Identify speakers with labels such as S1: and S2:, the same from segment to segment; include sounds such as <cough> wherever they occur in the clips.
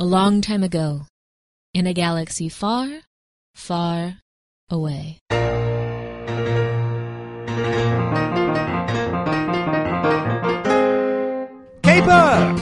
S1: A long time ago, in a galaxy far, far away.
S2: Caper!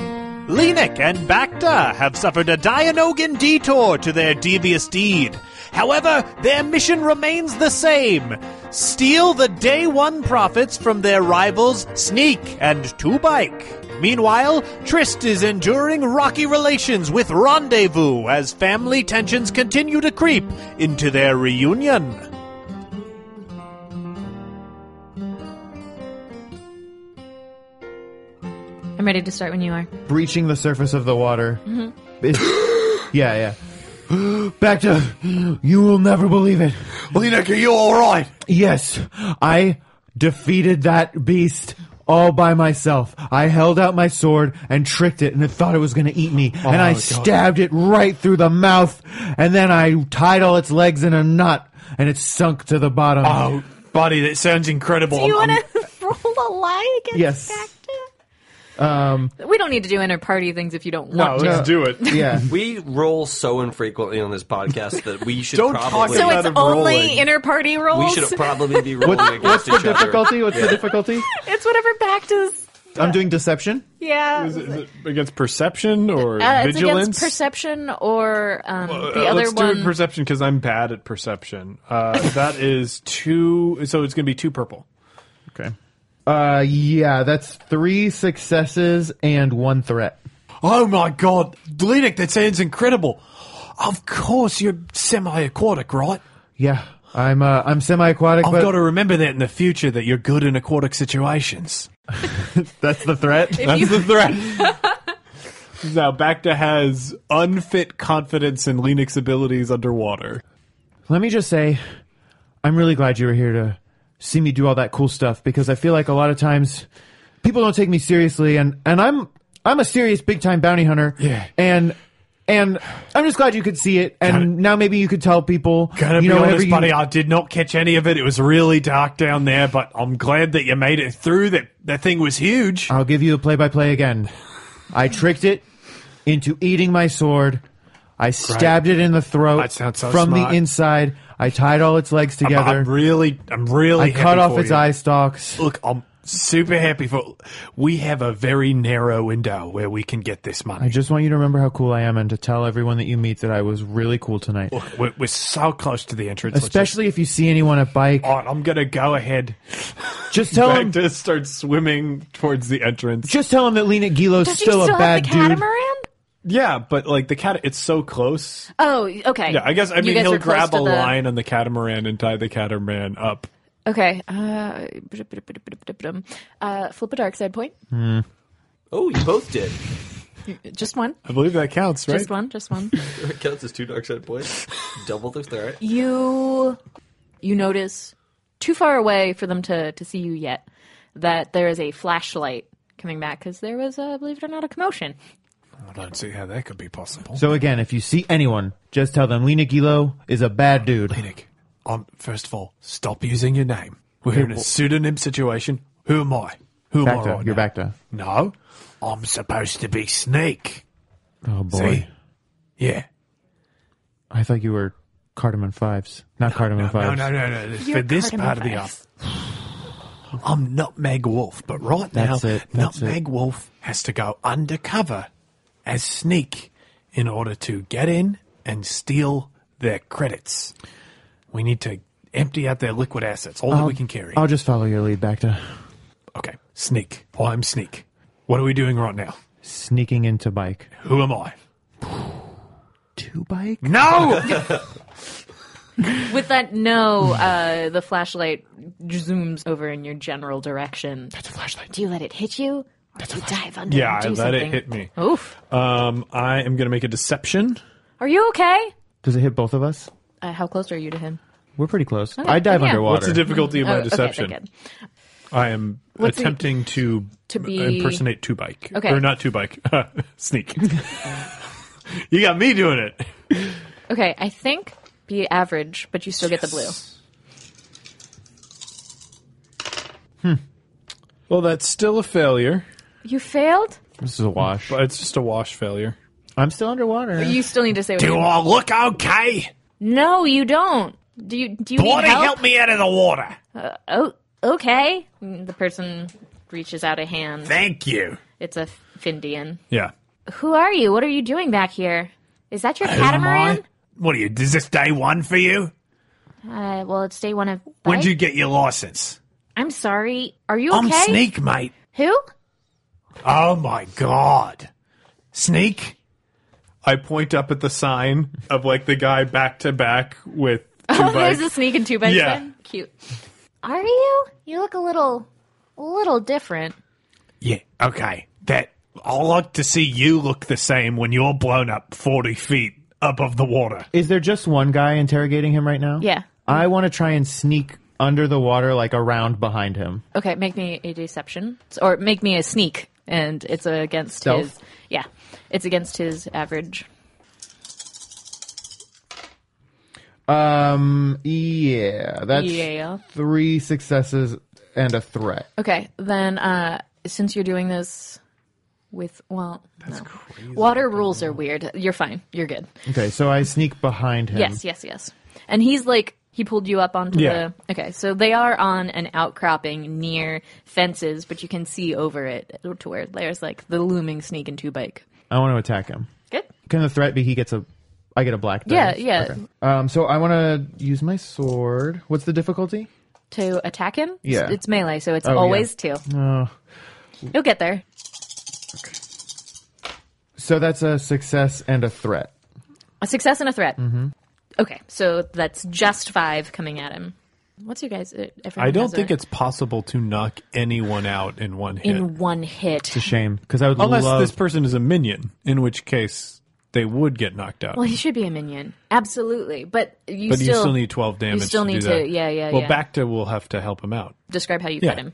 S2: Lenik and Bacta have suffered a Dianogan detour to their devious deed. However, their mission remains the same steal the day one profits from their rivals Sneak and Two Bike. Meanwhile, Trist is enduring rocky relations with Rendezvous as family tensions continue to creep into their reunion.
S3: I'm ready to start when you are.
S4: breaching the surface of the water. It's- yeah, yeah. Back to you will never believe it.
S5: Lenik, are you alright?
S4: Yes, I defeated that beast all by myself. I held out my sword and tricked it, and it thought it was going to eat me. and I
S5: God.
S4: stabbed it right through the mouth, and then I tied all its legs in a knot, and it sunk to the bottom.
S5: Oh, buddy, that sounds incredible.
S3: Do you
S5: I'm-
S3: want to <laughs> roll a lie against
S4: Yes.
S3: Um, we don't need to do inter-party things if you don't
S5: No,
S3: want
S6: <laughs>
S3: to.
S5: let's do
S4: No.
S5: it.
S4: Yeah.
S7: We roll so infrequently on this podcast that we should
S5: Don't talk
S7: probably
S3: So
S5: Instead
S3: it's
S5: of
S3: only
S5: rolling.
S3: inter-party
S7: we
S3: rolls.
S7: should probably be rolling
S4: What's
S7: against
S4: the
S7: each other.
S4: <laughs> difficulty? What's the difficulty?
S3: <laughs> it's whatever Bactus.
S4: I'm doing deception.
S3: Yeah.
S6: Is it, is it against perception or
S3: Uh, it's
S6: vigilance?
S3: against perception or um, the
S6: Uh,
S3: other
S6: let's
S3: one.
S6: do it perception because I'm bad at perception. Uh, that is two. So it's going to be two purple.
S4: Okay. Uh, yeah, that's three successes and one threat.
S5: Oh my god, Lenik, that sounds incredible. Of course, you're semi-aquatic, right?
S4: Yeah, I'm uh, I'm semi-aquatic,
S5: I've
S4: but
S5: got to remember that in the future that you're good in
S6: <laughs>
S5: aquatic situations.
S4: that's the threat.
S5: That's the
S3: <laughs>
S5: threat.
S6: Now Bacta has unfit confidence in Lenix abilities underwater.
S4: Let me just say, I'm really glad you were here to see me do all that cool stuff because I feel like a lot of times people don't take me seriously, and and I'm I'm a serious big time bounty hunter.
S5: Yeah.
S4: and. And I'm just glad you could see it, and
S5: Gotta-
S4: now maybe you could tell people.
S5: Gotta
S4: you
S5: be
S4: know, whenever
S5: honest,
S4: you-
S5: buddy, I did not catch any of it. It was really dark down there, but I'm glad that you made it through. That that thing was huge.
S4: I'll give you the play by play again. I tricked it into eating my sword. I stabbed it in the throat
S5: That sounds so
S4: from
S5: smart.
S4: the inside. I tied all its legs
S5: I'm,
S4: together.
S5: I'm really, I'm really.
S4: I
S5: happy
S4: cut off
S5: for
S4: its
S5: you.
S4: eye stalks.
S5: Look, I'm super happy for. We have a very narrow window where we can get this
S4: I
S5: money.
S4: just want you to remember how cool I am and to tell everyone that you meet that I was really cool tonight.
S5: Look, we're, we're so close to the entrance. Let's just-
S4: Especially if you see anyone at bike,
S5: All right, I'm gonna go ahead.
S4: just tell him.
S6: Bacta starts swimming towards the entrance.
S4: Just tell him that Lena Gilo's
S3: Does
S4: still,
S3: he still
S4: a bad
S3: have the
S4: dude.
S3: catamaran?
S6: Yeah, but like the cat, it's so close.
S3: Oh, okay.
S6: Yeah, I guess I
S3: You
S6: mean
S3: guys
S6: he'll
S3: were close
S6: grab
S3: to
S6: a
S3: the-
S6: line on the catamaran and tie the catamaran up.
S3: Okay. Uh, <laughs> bdum-bdum-bdum-bdum-bdum. uh, flip a dark side point.
S7: Oh, you both did. <laughs>
S3: Just one.
S6: I believe that counts, right?
S3: Just one. Just one.
S7: It counts as two dark side points. Double the threat.
S3: you you notice too far away for them to to see you yet that there is a flashlight coming back because there was uh, believe it or not a commotion
S5: I don't see how that could be possible.
S4: So again, if you see anyone, just tell them Lena Gilo is a bad dude.
S5: Nick, um, first of all, stop using your name. We're in a pseudonym situation. Who am I? Who am
S4: Back
S5: I?
S4: to-
S5: right
S4: you're
S5: now?
S4: back to-
S5: No, I'm supposed to be Snake.
S4: Oh boy,
S5: See? Yeah.
S4: I thought you were Cardamom Fives, not Cardamom
S5: No,
S4: Fives.
S5: no, no, no. For
S3: You're
S5: this
S3: cardamom
S5: part of the
S3: vibes.
S5: up, <sighs> I'm Nutmeg Wolf, but right
S4: That's
S5: now,
S4: it, that's
S5: Nutmeg Wolf has to go undercover as Sneak in order to get in and steal their credits. We need to empty out their liquid assets, all that
S6: Um,
S5: we can carry.
S4: I'll just follow your lead back to
S5: Okay, sneak. I'm sneak. What are we doing right now?
S4: sneaking into bike.
S5: Who am I?
S4: Two bike?
S6: <laughs>
S5: No!
S3: with that no uh, the flashlight zooms over in your general direction
S5: That's a flashlight.
S3: do you let it hit you or do you dive under
S6: Yeah,
S3: and
S6: I
S3: do
S6: let
S3: something?
S6: it hit me.
S3: oof
S6: Um, I am gonna make a deception.
S3: are you okay
S4: Does it hit both of us?
S3: uh, how close are you to him
S4: We're pretty close. I dive
S3: yeah.
S4: underwater.
S6: What's the difficulty of
S3: Oh,
S6: my
S3: okay,
S6: deception?
S3: okay, good.
S6: I am
S3: What's the-
S6: attempting to
S3: To be-
S6: impersonate two bike
S3: Okay.
S6: or not two bike
S5: <laughs>
S6: sneak. you got me doing it.
S3: okay i think be average but you still get the blue
S6: Well, that's still a failure,
S3: you failed
S4: This is a wash.
S6: but it's just a wash failure.
S4: I'm still underwater.
S3: You still need to say what you
S5: I look okay?
S3: No, you don't. Do you do you
S5: Bloody
S3: need help?
S5: help me out of the water.
S3: Oh, okay. The person reaches out a hand.
S5: Thank you.
S3: It's a Findian.
S6: Yeah.
S3: Who are you? What are you doing back here? Is that your catamaran?
S5: What are you? Is this day one for you?
S3: Uh, well, it's day one of.
S5: When'd
S3: Bye.
S5: you get your license?
S3: I'm sorry. Are you
S5: I'm
S3: okay?
S5: Sneak, mate.
S3: Who?
S5: Oh my god. Sneak?
S6: I point up at the sign of like the guy back to back with two
S3: <laughs> Oh, there's a
S6: bikes.
S3: sneak and two by
S6: Yeah.
S3: ten. Cute. Are you? You look a little, a little different.
S5: Yeah, okay. That I like to see you look the same when you're blown up forty feet above the water.
S4: Is there just one guy interrogating him right now?
S3: Yeah.
S4: I want to try and sneak under the water, like around behind him.
S3: Okay, make me a deception or make me a sneak, and it's against
S4: Stealth?
S3: his. Yeah, it's against his average.
S4: Um, yeah, that's
S3: Yeah.
S4: three successes and a threat.
S3: Okay, then uh, since you're doing this with well, no. water rules are weird. You're fine. You're good.
S4: Okay, so I sneak behind him.
S3: Yes, yes, yes. And he's like he pulled you up onto
S6: Yeah.
S3: the. Okay, so they are on an outcropping near fences, but you can see over it to where there's like the looming sneak and two bike.
S4: I want to attack him.
S3: Good.
S4: Can the threat be he gets a? I get a black.
S3: Yeah,
S4: dice?
S3: yeah.
S4: Okay. Um, so I want to use my sword. What's the difficulty?
S3: To attack him.
S4: Yeah.
S3: It's, it's melee, so it's
S4: Oh, yeah.
S3: always two.
S4: Oh,
S3: You'll get there.
S4: so that's a success and a threat.
S3: A success and a threat. Mm-hmm. Okay, so that's just five coming at him. What's your guys? uh, everyone
S6: I don't
S3: has a-
S6: think it's possible to knock anyone out in one hit.
S3: in one hit.
S4: Shame, because I would
S6: Unless
S4: love.
S6: this person is a minion, in which case they would get knocked out.
S3: Well, he should be a minion, absolutely. But you,
S6: but
S3: still,
S6: you still need 12 damage
S3: still
S6: to do
S3: need to-
S6: that.
S3: yeah, yeah,
S6: Well,
S3: yeah.
S6: Bacta will have to help him out.
S3: describe how you
S6: Yeah.
S3: cut him.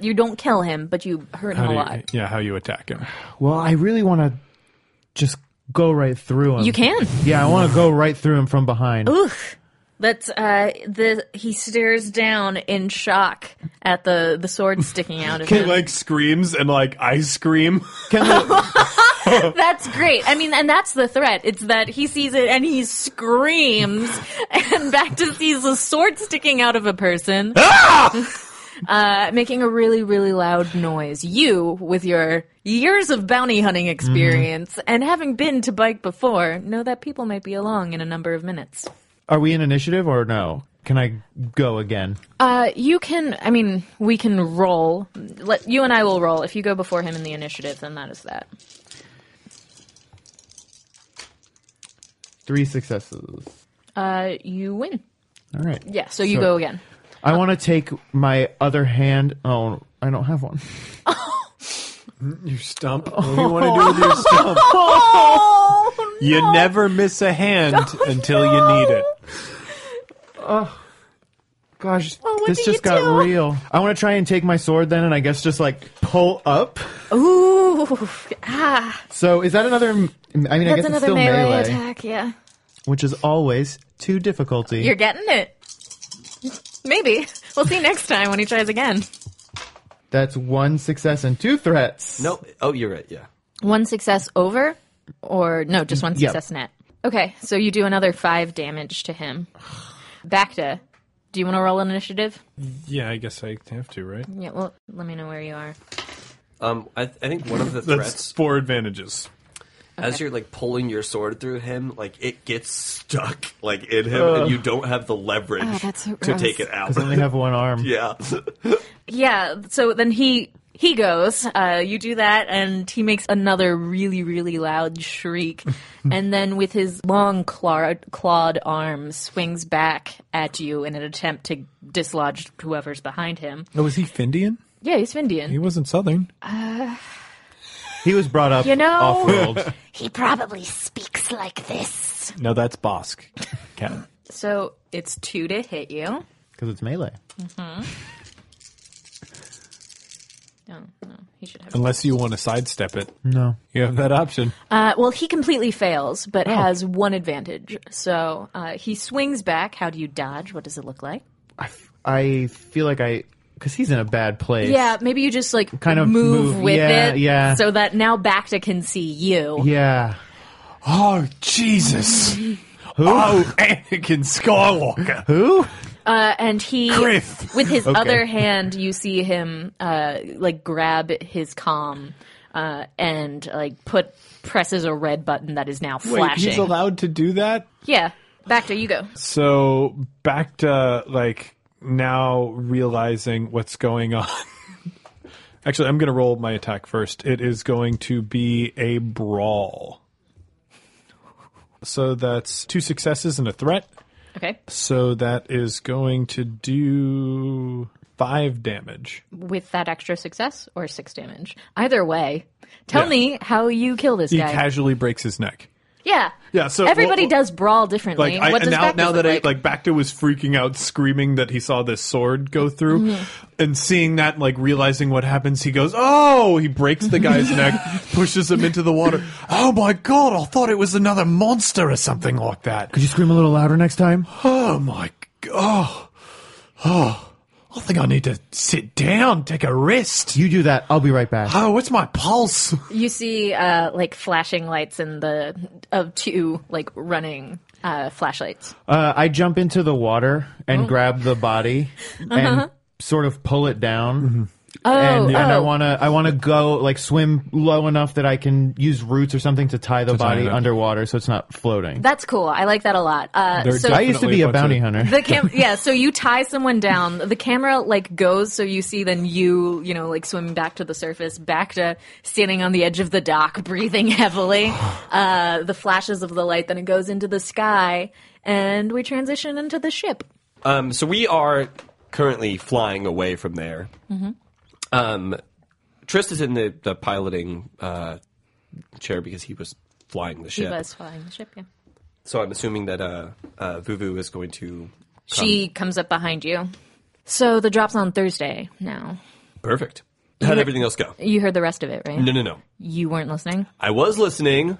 S3: You don't kill him, but you hurt him
S6: How
S3: a
S6: do you-
S3: lot.
S6: yeah, how you attack
S5: <laughs>
S6: him.
S4: well, I really want to just go right through him.
S3: You can.
S4: Yeah, I want to go right through him from behind.
S3: <laughs> Oof. That's uh, the he stares down in shock at the the sword sticking out of him.
S6: like screams and like I scream.
S4: Can the,
S3: That's great. I mean, and that's the threat. It's that he sees it and he screams, and Bacta sees a sword sticking out of a person, uh, making a really, really loud noise. You, with your years of bounty hunting experience and having been to bike before, know that people might be along in a number of minutes.
S4: are we in initiative or no? Can I go again?
S3: Uh, you can. I mean, we can roll. Let you and I will roll. If you go before him in the initiative, then that is that.
S4: Three successes.
S3: Uh, you win.
S4: All right.
S3: Yeah. So you
S4: So-
S3: go again.
S4: I want to take my other hand. Oh, I don't have one.
S6: Your stump.
S3: <laughs>
S6: What do you want to do with your stump?
S3: Oh,
S6: You never miss a hand until you need it.
S4: Gosh,
S3: what
S4: this
S3: do
S4: just
S3: Oh, you
S4: got
S3: do?
S4: real. I want to try and take my sword then, and I guess just like pull up.
S3: Ooh, ah,
S4: So is that another? I mean, I guess
S3: that's
S4: it's
S3: another
S4: still
S3: melee,
S4: melee,
S3: attack. Yeah,
S4: which is always two difficulty.
S3: you're getting it. Maybe we'll see next time when he tries again.
S4: That's one success and two threats.
S7: No. Oh, you're right. Yeah.
S3: One success over, or no, just one
S4: Yeah.
S3: success net. Okay, so you do another five damage to him. Bacta, do you want to roll an initiative?
S6: Yeah, I guess I have to, right?
S3: Yeah. Well, let me know where you are.
S7: Um, I, I think one of the
S6: That's
S7: threats
S6: four advantages.
S7: as you're like pulling your sword through him, like it gets stuck like in him, and you don't have the leverage
S3: Oh, that's so
S7: to
S3: gross.
S7: take it out. <laughs>
S4: I only have one arm.
S7: yeah.
S3: Yeah. So then he he goes. Uh, you do that, and he makes another really really loud shriek, and then with his long claw, clawed arm swings back at you in an attempt to dislodge whoever's behind him.
S6: Oh, was he Findian?
S3: Yeah, he's Indian.
S6: He wasn't Southern.
S4: He was brought up
S3: You know-
S4: off
S3: <laughs>
S4: world.
S3: He probably speaks like this.
S6: No, that's Bosk. Cat.
S3: So it's two to hit you.
S4: because it's melee.
S3: No, Oh, no, he should have.
S6: Unless you want to sidestep it,
S4: No.
S6: you have that option.
S3: Uh, well, he completely fails, but has one advantage. So uh, he swings back. How do you dodge? What does it look like?
S4: I, f- I feel like I because he's in a bad place.
S3: Yeah, maybe you just like
S4: Kind of
S3: move,
S4: move-
S3: with
S4: yeah,
S3: it,
S4: yeah.
S3: so that now Bacta can see you.
S4: Yeah.
S6: Oh, Jesus. Oh, <laughs> Anakin Skywalker.
S4: Who?
S3: Uh, and he,
S6: Griff.
S4: <laughs>
S3: with his other hand, you see him uh, like grab his comm uh, and like put presses a red button that is now
S6: Wait,
S3: flashing.
S6: he's allowed to do that?
S3: yeah, Bacta, you go.
S6: So back to like now realizing what's going on. <laughs> Actually, I'm going to roll my attack first. It is going to be a brawl. So that's two successes and a threat.
S3: Okay,
S6: So that is going to do five damage.
S3: with that extra success or six damage, either way. Tell me how you kill this
S6: He
S3: guy.
S6: casually breaks his neck.
S3: yeah,
S6: Yeah, so-
S3: everybody
S6: well, well,
S3: does brawl differently.
S6: Like I,
S3: what does
S6: now,
S3: Bacta
S6: now
S3: look
S6: that
S3: like?
S6: I like Bacta was freaking out, screaming that he saw this sword go through, and seeing that, like realizing what happens, he goes, "Oh!" He breaks the guy's neck, pushes him into the water. Oh my god! I thought it was another monster or something like
S4: <laughs>
S6: that.
S4: Could you scream a little louder next time?
S6: Oh my god! Oh, oh, I think I need to sit down, take a rest.
S4: You do that. I'll be right back.
S6: Oh, what's my <laughs> pulse?
S3: You see, uh, like flashing lights and the of two like running uh, flashlights.
S4: Uh, I jump into the water
S3: Oh.
S4: and grab the body
S3: <laughs>
S4: and sort of pull it down.
S8: Mm-hmm.
S4: and, and I
S3: Uh-huh. oh.
S4: want to I want to go like swim low enough that I can use roots or something to tie the
S6: tie
S4: body
S6: it up.
S4: underwater so it's not floating.
S3: That's cool. I like that a lot. Uh,
S6: They're
S3: so
S4: I used to be
S6: Definitely
S4: a
S6: what's
S4: bounty
S6: it-
S4: hunter.
S3: the cam, <laughs> yeah. So you tie someone down. The camera like goes, so you see then you, you know, like swimming back to the surface, back to standing on the edge of the dock, <laughs> breathing heavily. Uh, the flashes of the light. Then it goes into the sky, and we transition into the ship.
S7: Um, so we are currently flying away from there.
S3: Mm-hmm.
S7: Um, Trist is in the, the piloting uh, chair because he was flying the
S3: He
S7: ship.
S3: was flying the ship. Yeah.
S7: So I'm assuming that uh, uh, Vuvu is going to.
S3: She comes up behind you. So the drop's on Thursday now.
S7: Perfect. How'd everything else go?
S3: You heard the rest of it, right?
S7: No, no, no.
S3: You weren't listening.
S7: I was listening.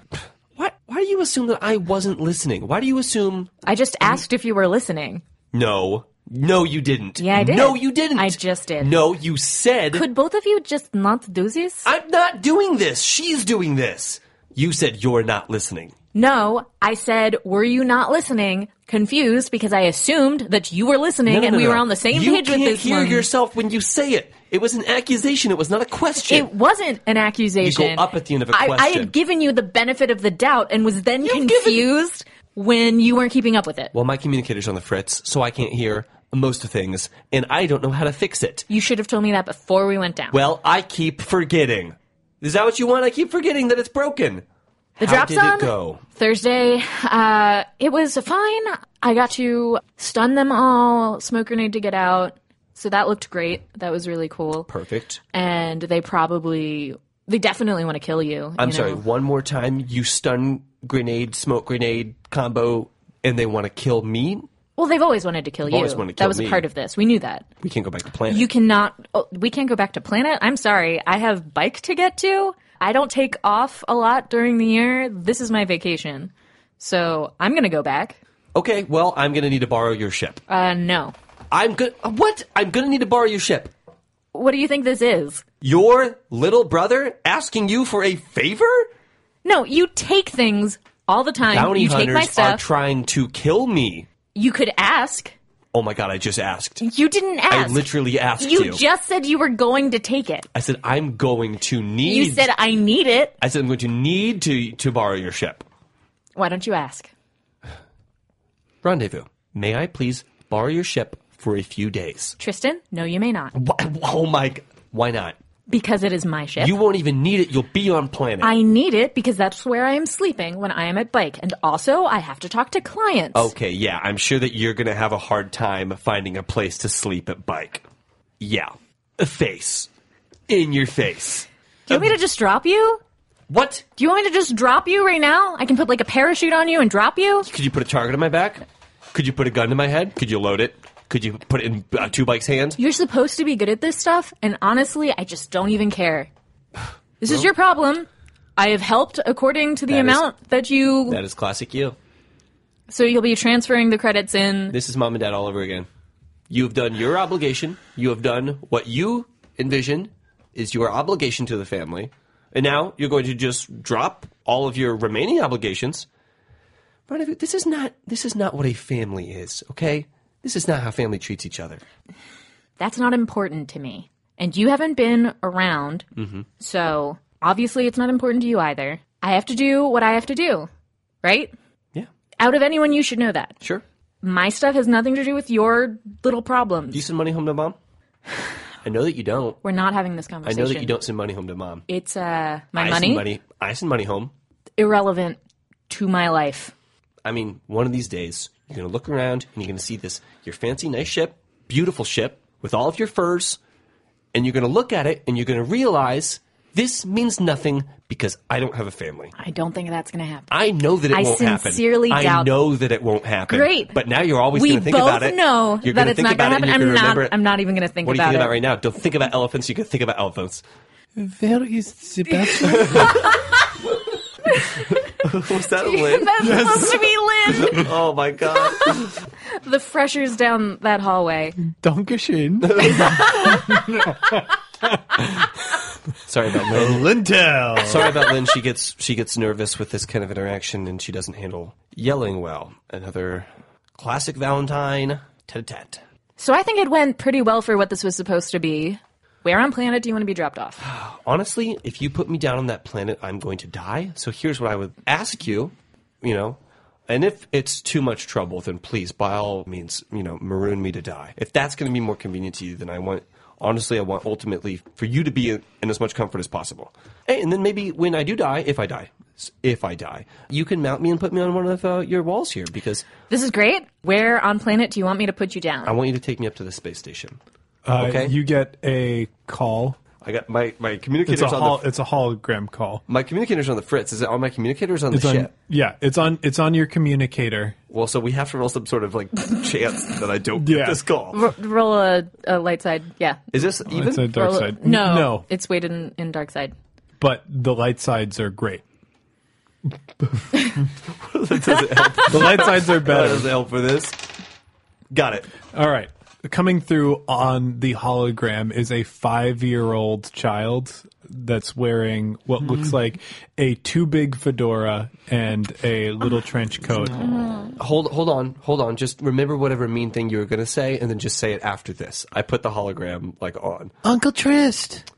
S7: Why, why do you assume that I wasn't listening? Why do you assume.
S3: I just asked if you were listening.
S7: No. No, you didn't.
S3: Yeah, I did.
S7: No, you didn't.
S3: I just did.
S7: No, you said.
S3: Could both of you just not do this?
S7: I'm not doing this. She's doing this. You said you're not listening.
S3: No, I said, were you not listening? Confused because I assumed that you were listening
S7: No, no,
S3: and
S7: no,
S3: we
S7: no.
S3: were on the same
S7: you
S3: page with
S7: can't
S3: this
S7: hear
S3: one.
S7: yourself when you say it. It was an accusation. It was not a question.
S3: It wasn't an accusation.
S7: You go up at the end of a
S3: I- I,
S7: question.
S3: had given you the benefit of the doubt and was then confused when you weren't keeping up with it.
S7: well, my communicator's on the fritz, so I can't hear most things, and I don't know how to fix it.
S3: you should have told me that before we went down.
S7: Well, I keep forgetting. Is that what you want? I keep forgetting that it's broken.
S3: the
S7: How
S3: drop's
S7: did
S3: on
S7: it go?
S3: Thursday. Uh, it was fine. I got to stun them all, smoke grenade to get out. So that looked great. That was really cool.
S7: Perfect.
S3: and they probably they definitely want to kill you.
S7: I'm
S3: you
S7: sorry.
S3: know?
S7: One more time. You stun grenade, smoke grenade combo, and they want to kill me.
S3: Well, they've always wanted to kill you.
S7: always wanted to
S3: that
S7: kill
S3: was
S7: me.
S3: a part of this. We knew that.
S7: We can't go back to planet.
S3: You cannot. Oh, we can't go back to planet. I'm sorry. I have bike to get to. I don't take off a lot during the year. This is my vacation, so I'm gonna go back.
S7: okay. Well, I'm gonna need to borrow your ship.
S3: Uh, no.
S7: I'm good. What? I'm gonna need to borrow your ship.
S3: What do you think this is?
S7: Your little brother asking you for a favor?
S3: No, you take things all the time.
S7: Bounty
S3: you take my
S7: hunters are
S3: stuff.
S7: trying to kill me.
S3: you could ask.
S7: Oh my god, I just asked.
S3: You didn't
S7: I
S3: ask.
S7: literally asked you.
S3: you just said you were going to take it.
S7: I said I'm going to need
S3: You said I need it.
S7: I said I'm going to need to to borrow your ship.
S3: Why don't you ask?
S7: Rendezvous. May I please borrow your ship for a few days?
S3: Tristan, no, you may not.
S7: Wh- <laughs> Oh my g- why not?
S3: Because it is my ship.
S7: You won't even need it. You'll be on planet.
S3: I need it because that's where I am sleeping when I am at bike. And also, I have to talk to clients.
S7: Okay, yeah, I'm sure that you're going to have a hard time finding a place to sleep at bike. Yeah. A face. In your face.
S3: Do you want me to just drop you?
S7: What?
S3: Do you want me to just drop you right now? I can put like a parachute on you and drop you?
S7: Could you put a target on my back? Could you put a gun to my head? Could you load it? Could you put it in uh, two bikes' hand?
S3: You're supposed to be good at this stuff. And honestly, I just don't even care. This is your problem. I have helped according to the
S7: That is-
S3: amount that you.
S7: That is classic you.
S3: so you'll be transferring the credits in.
S7: This is mom and dad all over again. You have done your obligation. You have done what you envision is your obligation to the family. And now you're going to just drop all of your remaining obligations. Right? This is not this is not what a family is, okay? This is not how family treats each other.
S3: That's not important to me. And you haven't been around,
S7: Mm-hmm.
S3: so obviously it's not important to you either. I have to do what I have to do, right?
S7: Yeah.
S3: Out of anyone, you should know that.
S7: Sure.
S3: My stuff has nothing to do with your little problems.
S7: Do you send money home to mom? <sighs> I know that you don't.
S3: We're not having this
S7: I
S3: conversation.
S7: know that you don't send money home to mom.
S3: It's uh, my
S7: I
S3: money,
S7: send money. I send money home.
S3: irrelevant to my life.
S7: I mean, one of these days, you're going to look around and you're going to see this, your fancy, nice ship, beautiful ship with all of your furs, and you're going to look at it and you're going to realize this means nothing because I don't have a family.
S3: I don't think that's going to happen.
S7: I know that it
S3: I
S7: won't happen.
S3: sincerely
S7: I
S3: doubt-
S7: know that it won't happen.
S3: Great.
S7: But now you're always
S3: we
S7: going to think
S3: both
S7: about it.
S3: know
S7: You're
S3: that
S7: gonna
S3: it's
S7: think
S3: not
S7: about
S3: going to
S7: it and
S3: happen. I'm
S7: you're gonna
S3: not.
S7: remember it.
S3: I'm not even going to think
S7: What are you
S3: about
S7: thinking
S3: it.
S7: about right now? Don't think about elephants. You can
S3: <laughs>
S7: think about elephants.
S5: Where is Sebastian?
S7: Was that
S3: <laughs>
S7: a lid?
S3: That's supposed to be
S7: <laughs>
S3: Lynn.
S7: oh
S3: <laughs>
S7: my god.
S3: the freshers down that hallway.
S5: Dankeschön.
S7: Sorry about Lynn.
S2: Lintel.
S7: <laughs> Sorry about Lynn. She gets she gets nervous with this kind of interaction, and she doesn't handle yelling well. Another classic Valentine tete-a-tete.
S3: So I think it went pretty well for what this was supposed to be. Where on planet do you want to be dropped off?
S7: Honestly, if you put me down on that planet, I'm going to die. So here's what I would ask you, you know, and if it's too much trouble, then please, by all means, you know, maroon me to die. If that's going to be more convenient to you, then I want. Honestly, I want ultimately for you to be in, in as much comfort as possible. Hey, and then maybe when I do die, if I die, s- if I die, you can mount me and put me on one of uh, your walls here because
S3: This is great. Where on planet do you want me to put you down?
S7: I want you to take me up to the space station.
S5: Uh,
S7: Okay.
S5: You get a call.
S7: I got my my
S5: It's
S7: communicators
S5: a,
S7: on
S5: hol-
S7: the
S5: it's a hologram call.
S7: my communicators on the fritz. Is it on my communicators on
S5: It's
S7: the
S5: on,
S7: ship?
S5: yeah, it's on it's on your communicator.
S7: Well, so we have to roll some sort of like <laughs> chance that I don't
S5: Yeah.
S7: get this call.
S3: R- roll a, a light side. Yeah.
S7: Is this even?
S5: It's a dark
S3: Roll a-
S5: side.
S3: No.
S5: no,
S3: It's weighted in, in dark side.
S5: but the light sides are
S7: <laughs>
S5: great.
S7: does it help?
S5: The light sides are better.
S7: Does it help for this? Got it.
S5: All right. Coming through on the hologram is a five year old child that's wearing what
S7: Hmm.
S5: looks like a too big fedora and a little trench coat.
S7: Hold hold on, hold on. Just remember whatever mean thing you were gonna say, and then just say it after this. I put the hologram like on.
S8: Uncle Trist.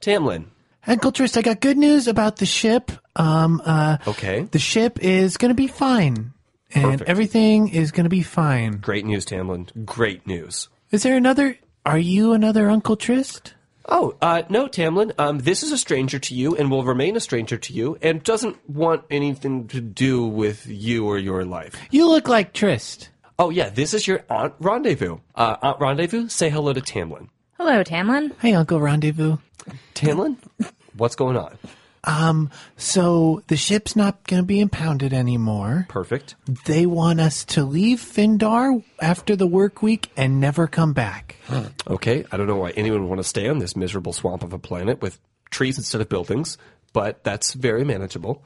S7: Tamlin.
S8: Uncle Trist, I got good news about the ship. Um, uh,
S7: Okay.
S8: the ship is going to be fine. And
S7: Perfect.
S8: everything is going to be fine.
S7: Great news, Tamlin. Great news.
S8: Is there another? Are you another Uncle Trist?
S7: Oh, uh, no, Tamlin. Um, this is a stranger to you and will remain a stranger to you and doesn't want anything to do with you or your life.
S8: You look like Trist.
S7: Oh, yeah, this is your Aunt Rendezvous. Uh, Aunt Rendezvous, say hello to Tamlin.
S3: Hello, Tamlin.
S8: Hey, Uncle Rendezvous.
S7: Tamlin, what's going on?
S8: So the ship's not going to be impounded anymore.
S7: Perfect.
S8: They want us to leave Findar after the work week and never come back.
S7: Okay, I don't know why anyone would want to stay on this miserable swamp of a planet with trees instead of buildings, but that's very manageable.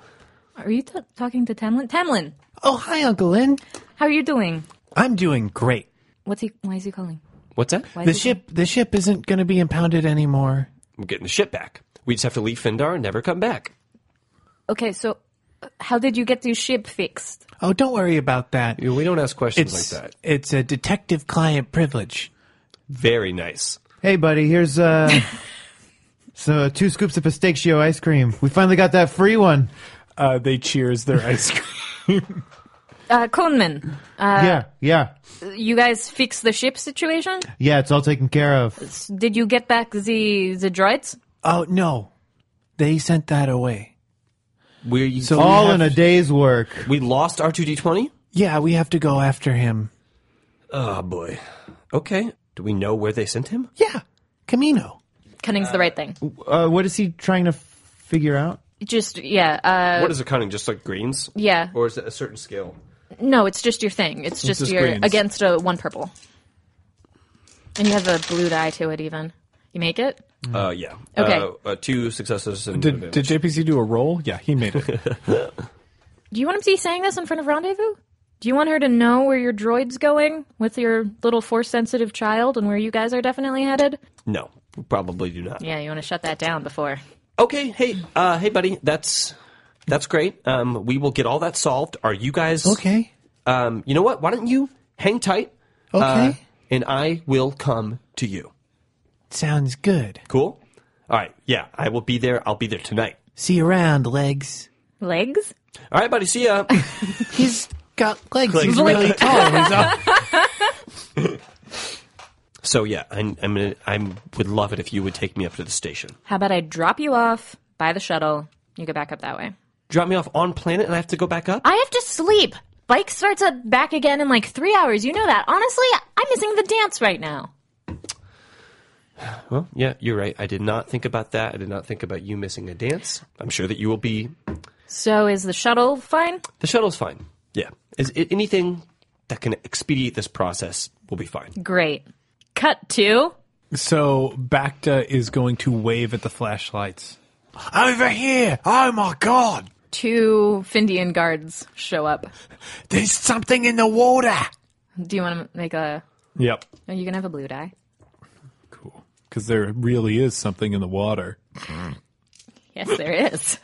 S3: Are you t- talking to Tamlin? Tamlin,
S8: Oh, hi, Uncle Lynn.
S3: how are you doing?
S8: I'm doing great.
S3: What's he? Why is he calling?
S7: What's that?
S3: Why is
S8: The
S3: he-
S8: ship, the ship isn't going to be impounded anymore.
S7: We're getting the ship back. We just have to leave Findar and never come back.
S3: Okay, so uh, how did you get your ship fixed?
S8: Oh, don't worry about that.
S7: You know, we don't ask questions
S8: It's
S7: like that.
S8: it's a detective client privilege.
S7: Very nice.
S4: Hey, buddy,
S8: <laughs>
S4: here's uh, so two scoops of pistachio ice cream. We finally got that free one.
S5: Uh, they cheers their ice cream.
S3: Uh, Coleman,
S8: Uh,
S4: yeah, yeah,
S3: you guys fix the ship situation?
S4: yeah. It's all taken care of.
S3: Did you get back the the droids?
S8: Oh no, they sent that away.
S7: We
S8: So
S4: All
S8: we
S4: in
S8: have-
S4: a day's work.
S7: we lost R2D20?
S8: yeah, we have to go after him.
S7: Oh, boy. Okay. Do we know where they sent him?
S8: Yeah, Camino.
S3: Cunning's the right thing.
S4: Uh, what is he trying to f- figure out?
S3: Just yeah, uh,
S7: What is a cunning? Just like greens?
S3: yeah.
S7: Or is it a certain scale?
S3: No, it's just your thing. It's just
S5: just
S3: your
S5: greens.
S3: against a one purple, and you have a blue die to it. Even you make it.
S7: Uh, yeah.
S3: Okay.
S7: Uh, uh, two successes and an
S5: Did,
S7: advantage.
S5: did JPC do a roll? Yeah, he made it.
S3: Do you want him to be saying this in front of Rendezvous? Do you want her to know where your droid's going with your little force sensitive child and where you guys are definitely headed?
S7: no, probably do not.
S3: Yeah, you want to shut that down before.
S7: okay, hey, uh, hey, buddy, that's that's great. Um, we will get all that solved. Are you guys
S8: Okay.
S7: Um, you know what? Why don't you hang tight? uh,
S8: Okay.
S7: and I will come to you.
S8: Sounds good.
S7: Cool. All right. Yeah, I will be there. I'll be there tonight.
S8: See you around, legs.
S3: Legs?
S7: All right, buddy.
S8: <laughs>
S7: See ya.
S8: He's got
S5: <laughs>
S8: legs.
S7: Legs.
S8: He's really tall. He's up.
S7: so yeah, I'm, I'm gonna, I'm would love it if you would take me up to the station.
S3: How about I drop you off by the shuttle? You go back up that way.
S7: Drop me off on planet, and I have to go back up.
S3: I have to sleep. Bike starts up back again in like three hours. You know that. Honestly, I'm missing the dance right now.
S7: Well, yeah, you're right. I did not think about that. I did not think about you missing a dance. I'm sure that you will be.
S3: So is the shuttle fine?
S7: The shuttle's fine. Yeah. Is it anything that can expedite this process will be fine.
S3: Great. Cut to
S6: So Bacta is going to wave at the flashlights.
S5: Over here! Oh my god!
S3: two Findian guards show up.
S5: There's something in the water!
S3: Do you want to make a?
S6: Yep.
S3: Are you gonna have a blue die?
S6: Cool. Because there really is something in the water.
S3: Yes, there <laughs> is.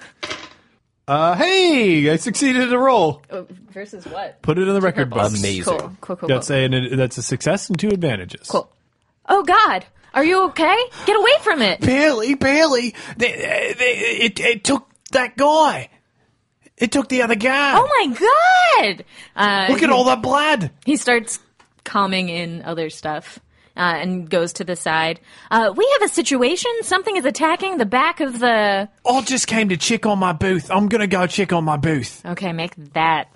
S6: Uh, hey! I succeeded a roll.
S3: Oh, Versus what?
S6: Put it in the record
S3: Purple.
S6: box.
S7: Amazing.
S3: Cool. Cool. Cool. cool.
S6: That's a, an, that's a success and two advantages.
S3: Cool. oh God, are you okay? Get away
S5: <laughs>
S3: from it.
S5: Barely, barely! They, they, it, it took that guy! It took the other guy!
S3: Oh my God. Uh,
S5: Look at all that blood!
S3: He starts calming in other stuff uh, and goes to the side. Uh, we have a situation. Something is attacking the back of the.
S5: I just came to check on my booth. I'm gonna go check on my booth.
S3: Okay, make that.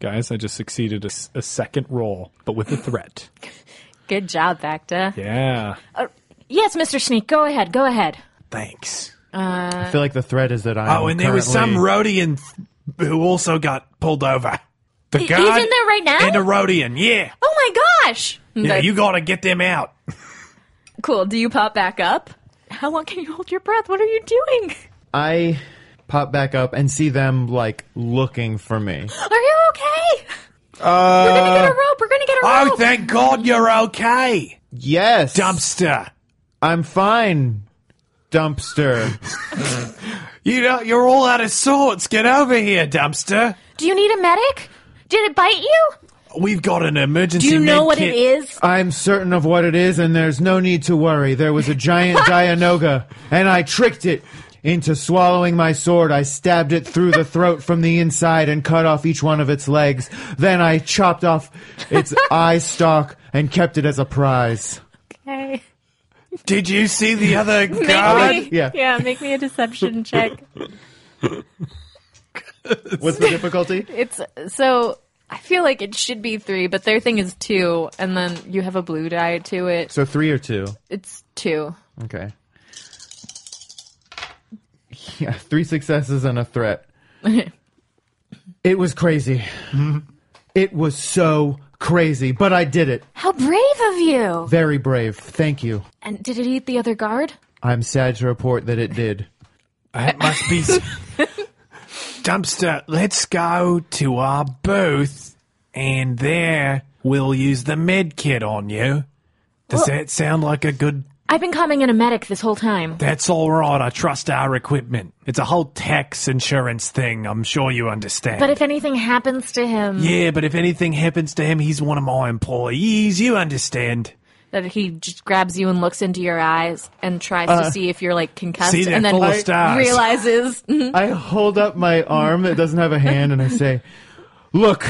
S6: Guys, I just succeeded a, s- a second roll, but with a
S5: <laughs>
S6: threat.
S3: Good job, Bacta.
S6: Yeah.
S3: Yes, Mr. Sneak, go ahead, go ahead.
S5: Thanks.
S4: I feel like the threat is that I.
S5: Oh, and there was some Rhodian who also got pulled over. The
S3: He- he's
S5: guard
S3: in E-, there right now?
S5: And a Rhodian, yeah.
S3: Oh my gosh!
S5: Yeah,
S3: That's
S5: you gotta get them
S3: <laughs>
S5: out.
S3: cool. Do you pop back up? How long can you hold your breath? What are you doing?
S4: I pop back up and see them like looking for me.
S3: Are you okay? We're gonna get a rope. We're gonna get a rope.
S5: Oh, thank God you're okay.
S4: Yes,
S5: Dumpster.
S4: I'm fine. Dumpster.
S5: You know, you're all out of sorts. Get over here, dumpster.
S3: Do you need a medic? Did it bite you?
S5: We've got an emergency.
S3: Do you know
S5: med
S3: what
S5: kit.
S3: it is?
S4: I'm certain of what it is, and there's no need to worry. There was a giant Dianoga, and I tricked it into swallowing my sword. I stabbed it through the throat from the inside and cut off each one of its legs. Then I chopped off its eye stalk and kept it as a prize.
S3: Okay.
S5: Did you see the other guard?
S3: <laughs> Make me,
S4: yeah.
S3: yeah, make me a deception check.
S4: What's the <laughs> difficulty?
S3: It's so I feel like it should be three, but their thing is two, and then you have a blue die to it.
S4: So three or two.
S3: It's two.
S4: Okay. Yeah, three successes and a threat. it was crazy. It was so crazy, but I did it.
S3: How brave of you!
S4: Very brave. Thank you.
S3: And did it eat the other guard?
S4: I'm sad to report that it did.
S5: That must be. <laughs> dumpster, let's go to our booth, and there we'll use the med kit on you. Does that sound like a good?
S3: I've been calling in a medic this whole time.
S5: That's all right. I trust our equipment. It's a whole tax insurance thing. I'm sure you understand.
S3: But if anything happens to him,
S5: yeah, but if anything happens to him, he's one of my employees. You understand?
S3: that he just grabs you and looks into your eyes and tries to see if you're like concussed,
S5: Uh, see, they're
S3: and then
S5: full of stars.
S3: realizes <laughs>
S4: I hold up my arm that doesn't have a hand and I say, Look,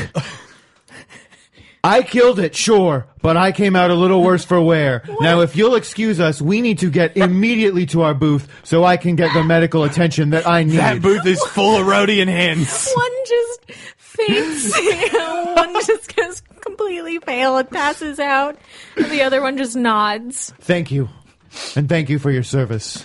S4: I killed it, sure, but I came out a little worse for wear. Now, if you'll excuse us, we need to get immediately to our booth so I can get the medical attention that I need.
S5: That booth is full of Rhodian hands.
S3: one just faints, <laughs> and one just goes completely pale and passes out, and the other one just nods.
S4: thank you. And thank you for your service.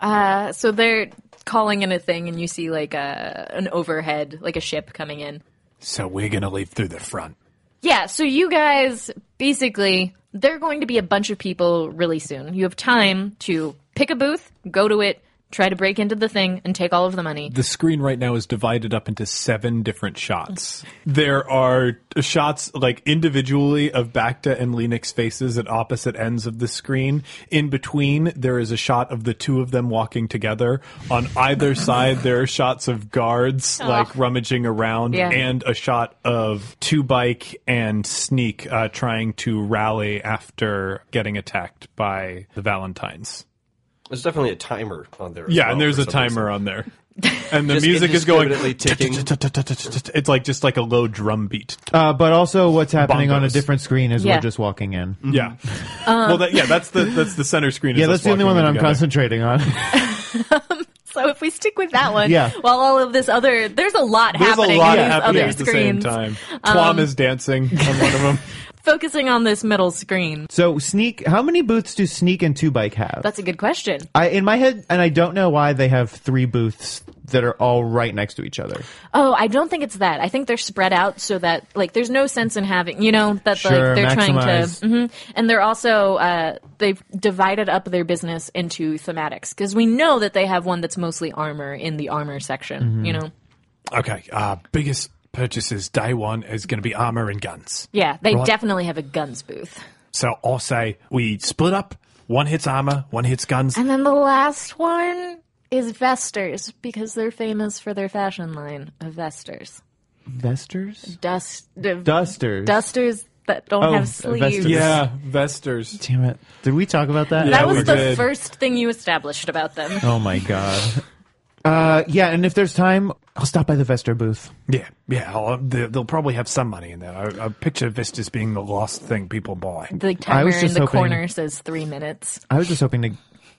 S3: Uh, so they're calling in a thing, and you see like a an overhead, like a ship coming in.
S5: So we're gonna leave through the front.
S3: Yeah. So you guys basically they're going to be a bunch of people really soon. You have time to pick a booth, go to it, try to break into the thing and take all of the money.
S5: the screen right now is divided up into seven different shots. There are shots like individually of Bacta and Lenix faces at opposite ends of the screen. In between, there is a shot of the two of them walking together. On either side, there are shots of guards like rummaging around
S3: Yeah.
S5: and a shot of Two Bike and Sneak uh, trying to rally after getting attacked by the Valentines.
S7: There's definitely a timer on there. as
S5: Yeah,
S7: well
S5: and there's
S7: for
S5: a
S7: some reason.
S5: timer on <laughs> there. And the
S7: Just
S5: music is going
S7: indiscriminately ticking.
S5: <laughs> It's like just like a low drum beat.
S4: Uh, but also, what's happening on a
S5: Bongos.
S4: different screen is
S3: Yeah.
S4: we're just walking in.
S5: Yeah. well, that, yeah, that's the um, that's the center screen. is
S4: Yeah,
S5: us
S4: that's the only one
S5: walking
S4: that
S5: in
S4: I'm
S5: together.
S4: concentrating on. <laughs>
S3: So if we stick with that one,
S4: Yeah.
S3: while all of this other, there's a lot
S5: There's
S3: happening
S5: a lot
S3: on these
S5: happening
S3: other
S5: at Um, the same
S3: screens.
S5: time. Twam is dancing on one of them.
S3: Focusing on this middle screen.
S4: so, sneak. How many booths do sneak and two bike have?
S3: That's a good question.
S4: I in my head, and I don't know why they have three booths that are all right next to each other.
S3: Oh, I don't think it's that. I think they're spread out so that like there's no sense in having you know that
S4: Sure,
S3: like they're
S4: maximize.
S3: trying to, hmm and they're also uh, they've divided up their business into thematics because we know that they have one that's mostly armor in the armor section.
S4: Mm-hmm.
S3: You know,
S5: <laughs> Okay, uh, biggest purchases day one is going to be armor and guns.
S3: yeah, they definitely have a guns booth.
S5: So I'll say we split up. One hits armor, one hits guns.
S3: And then the last one is Vesters because they're famous for their fashion line of Vesters,
S4: Vesters,
S3: dust
S4: dusters.
S3: dusters that don't
S4: Oh,
S3: have
S4: Vesters.
S3: sleeves.
S5: Yeah, vesters.
S4: Damn it! Did we talk about that?
S5: Yeah,
S3: That
S5: we
S3: was the
S5: did.
S3: first thing you established about them.
S4: Oh my god. Uh, yeah, and if there's time, I'll stop by the Vester booth.
S5: Yeah, yeah. I'll, they- they'll probably have some money in there. I, I picture Vestas being the last thing people buy.
S3: The
S4: I
S3: timer
S4: was
S3: in
S4: just
S3: the
S4: hoping-
S3: corner says three minutes.
S4: I was just hoping to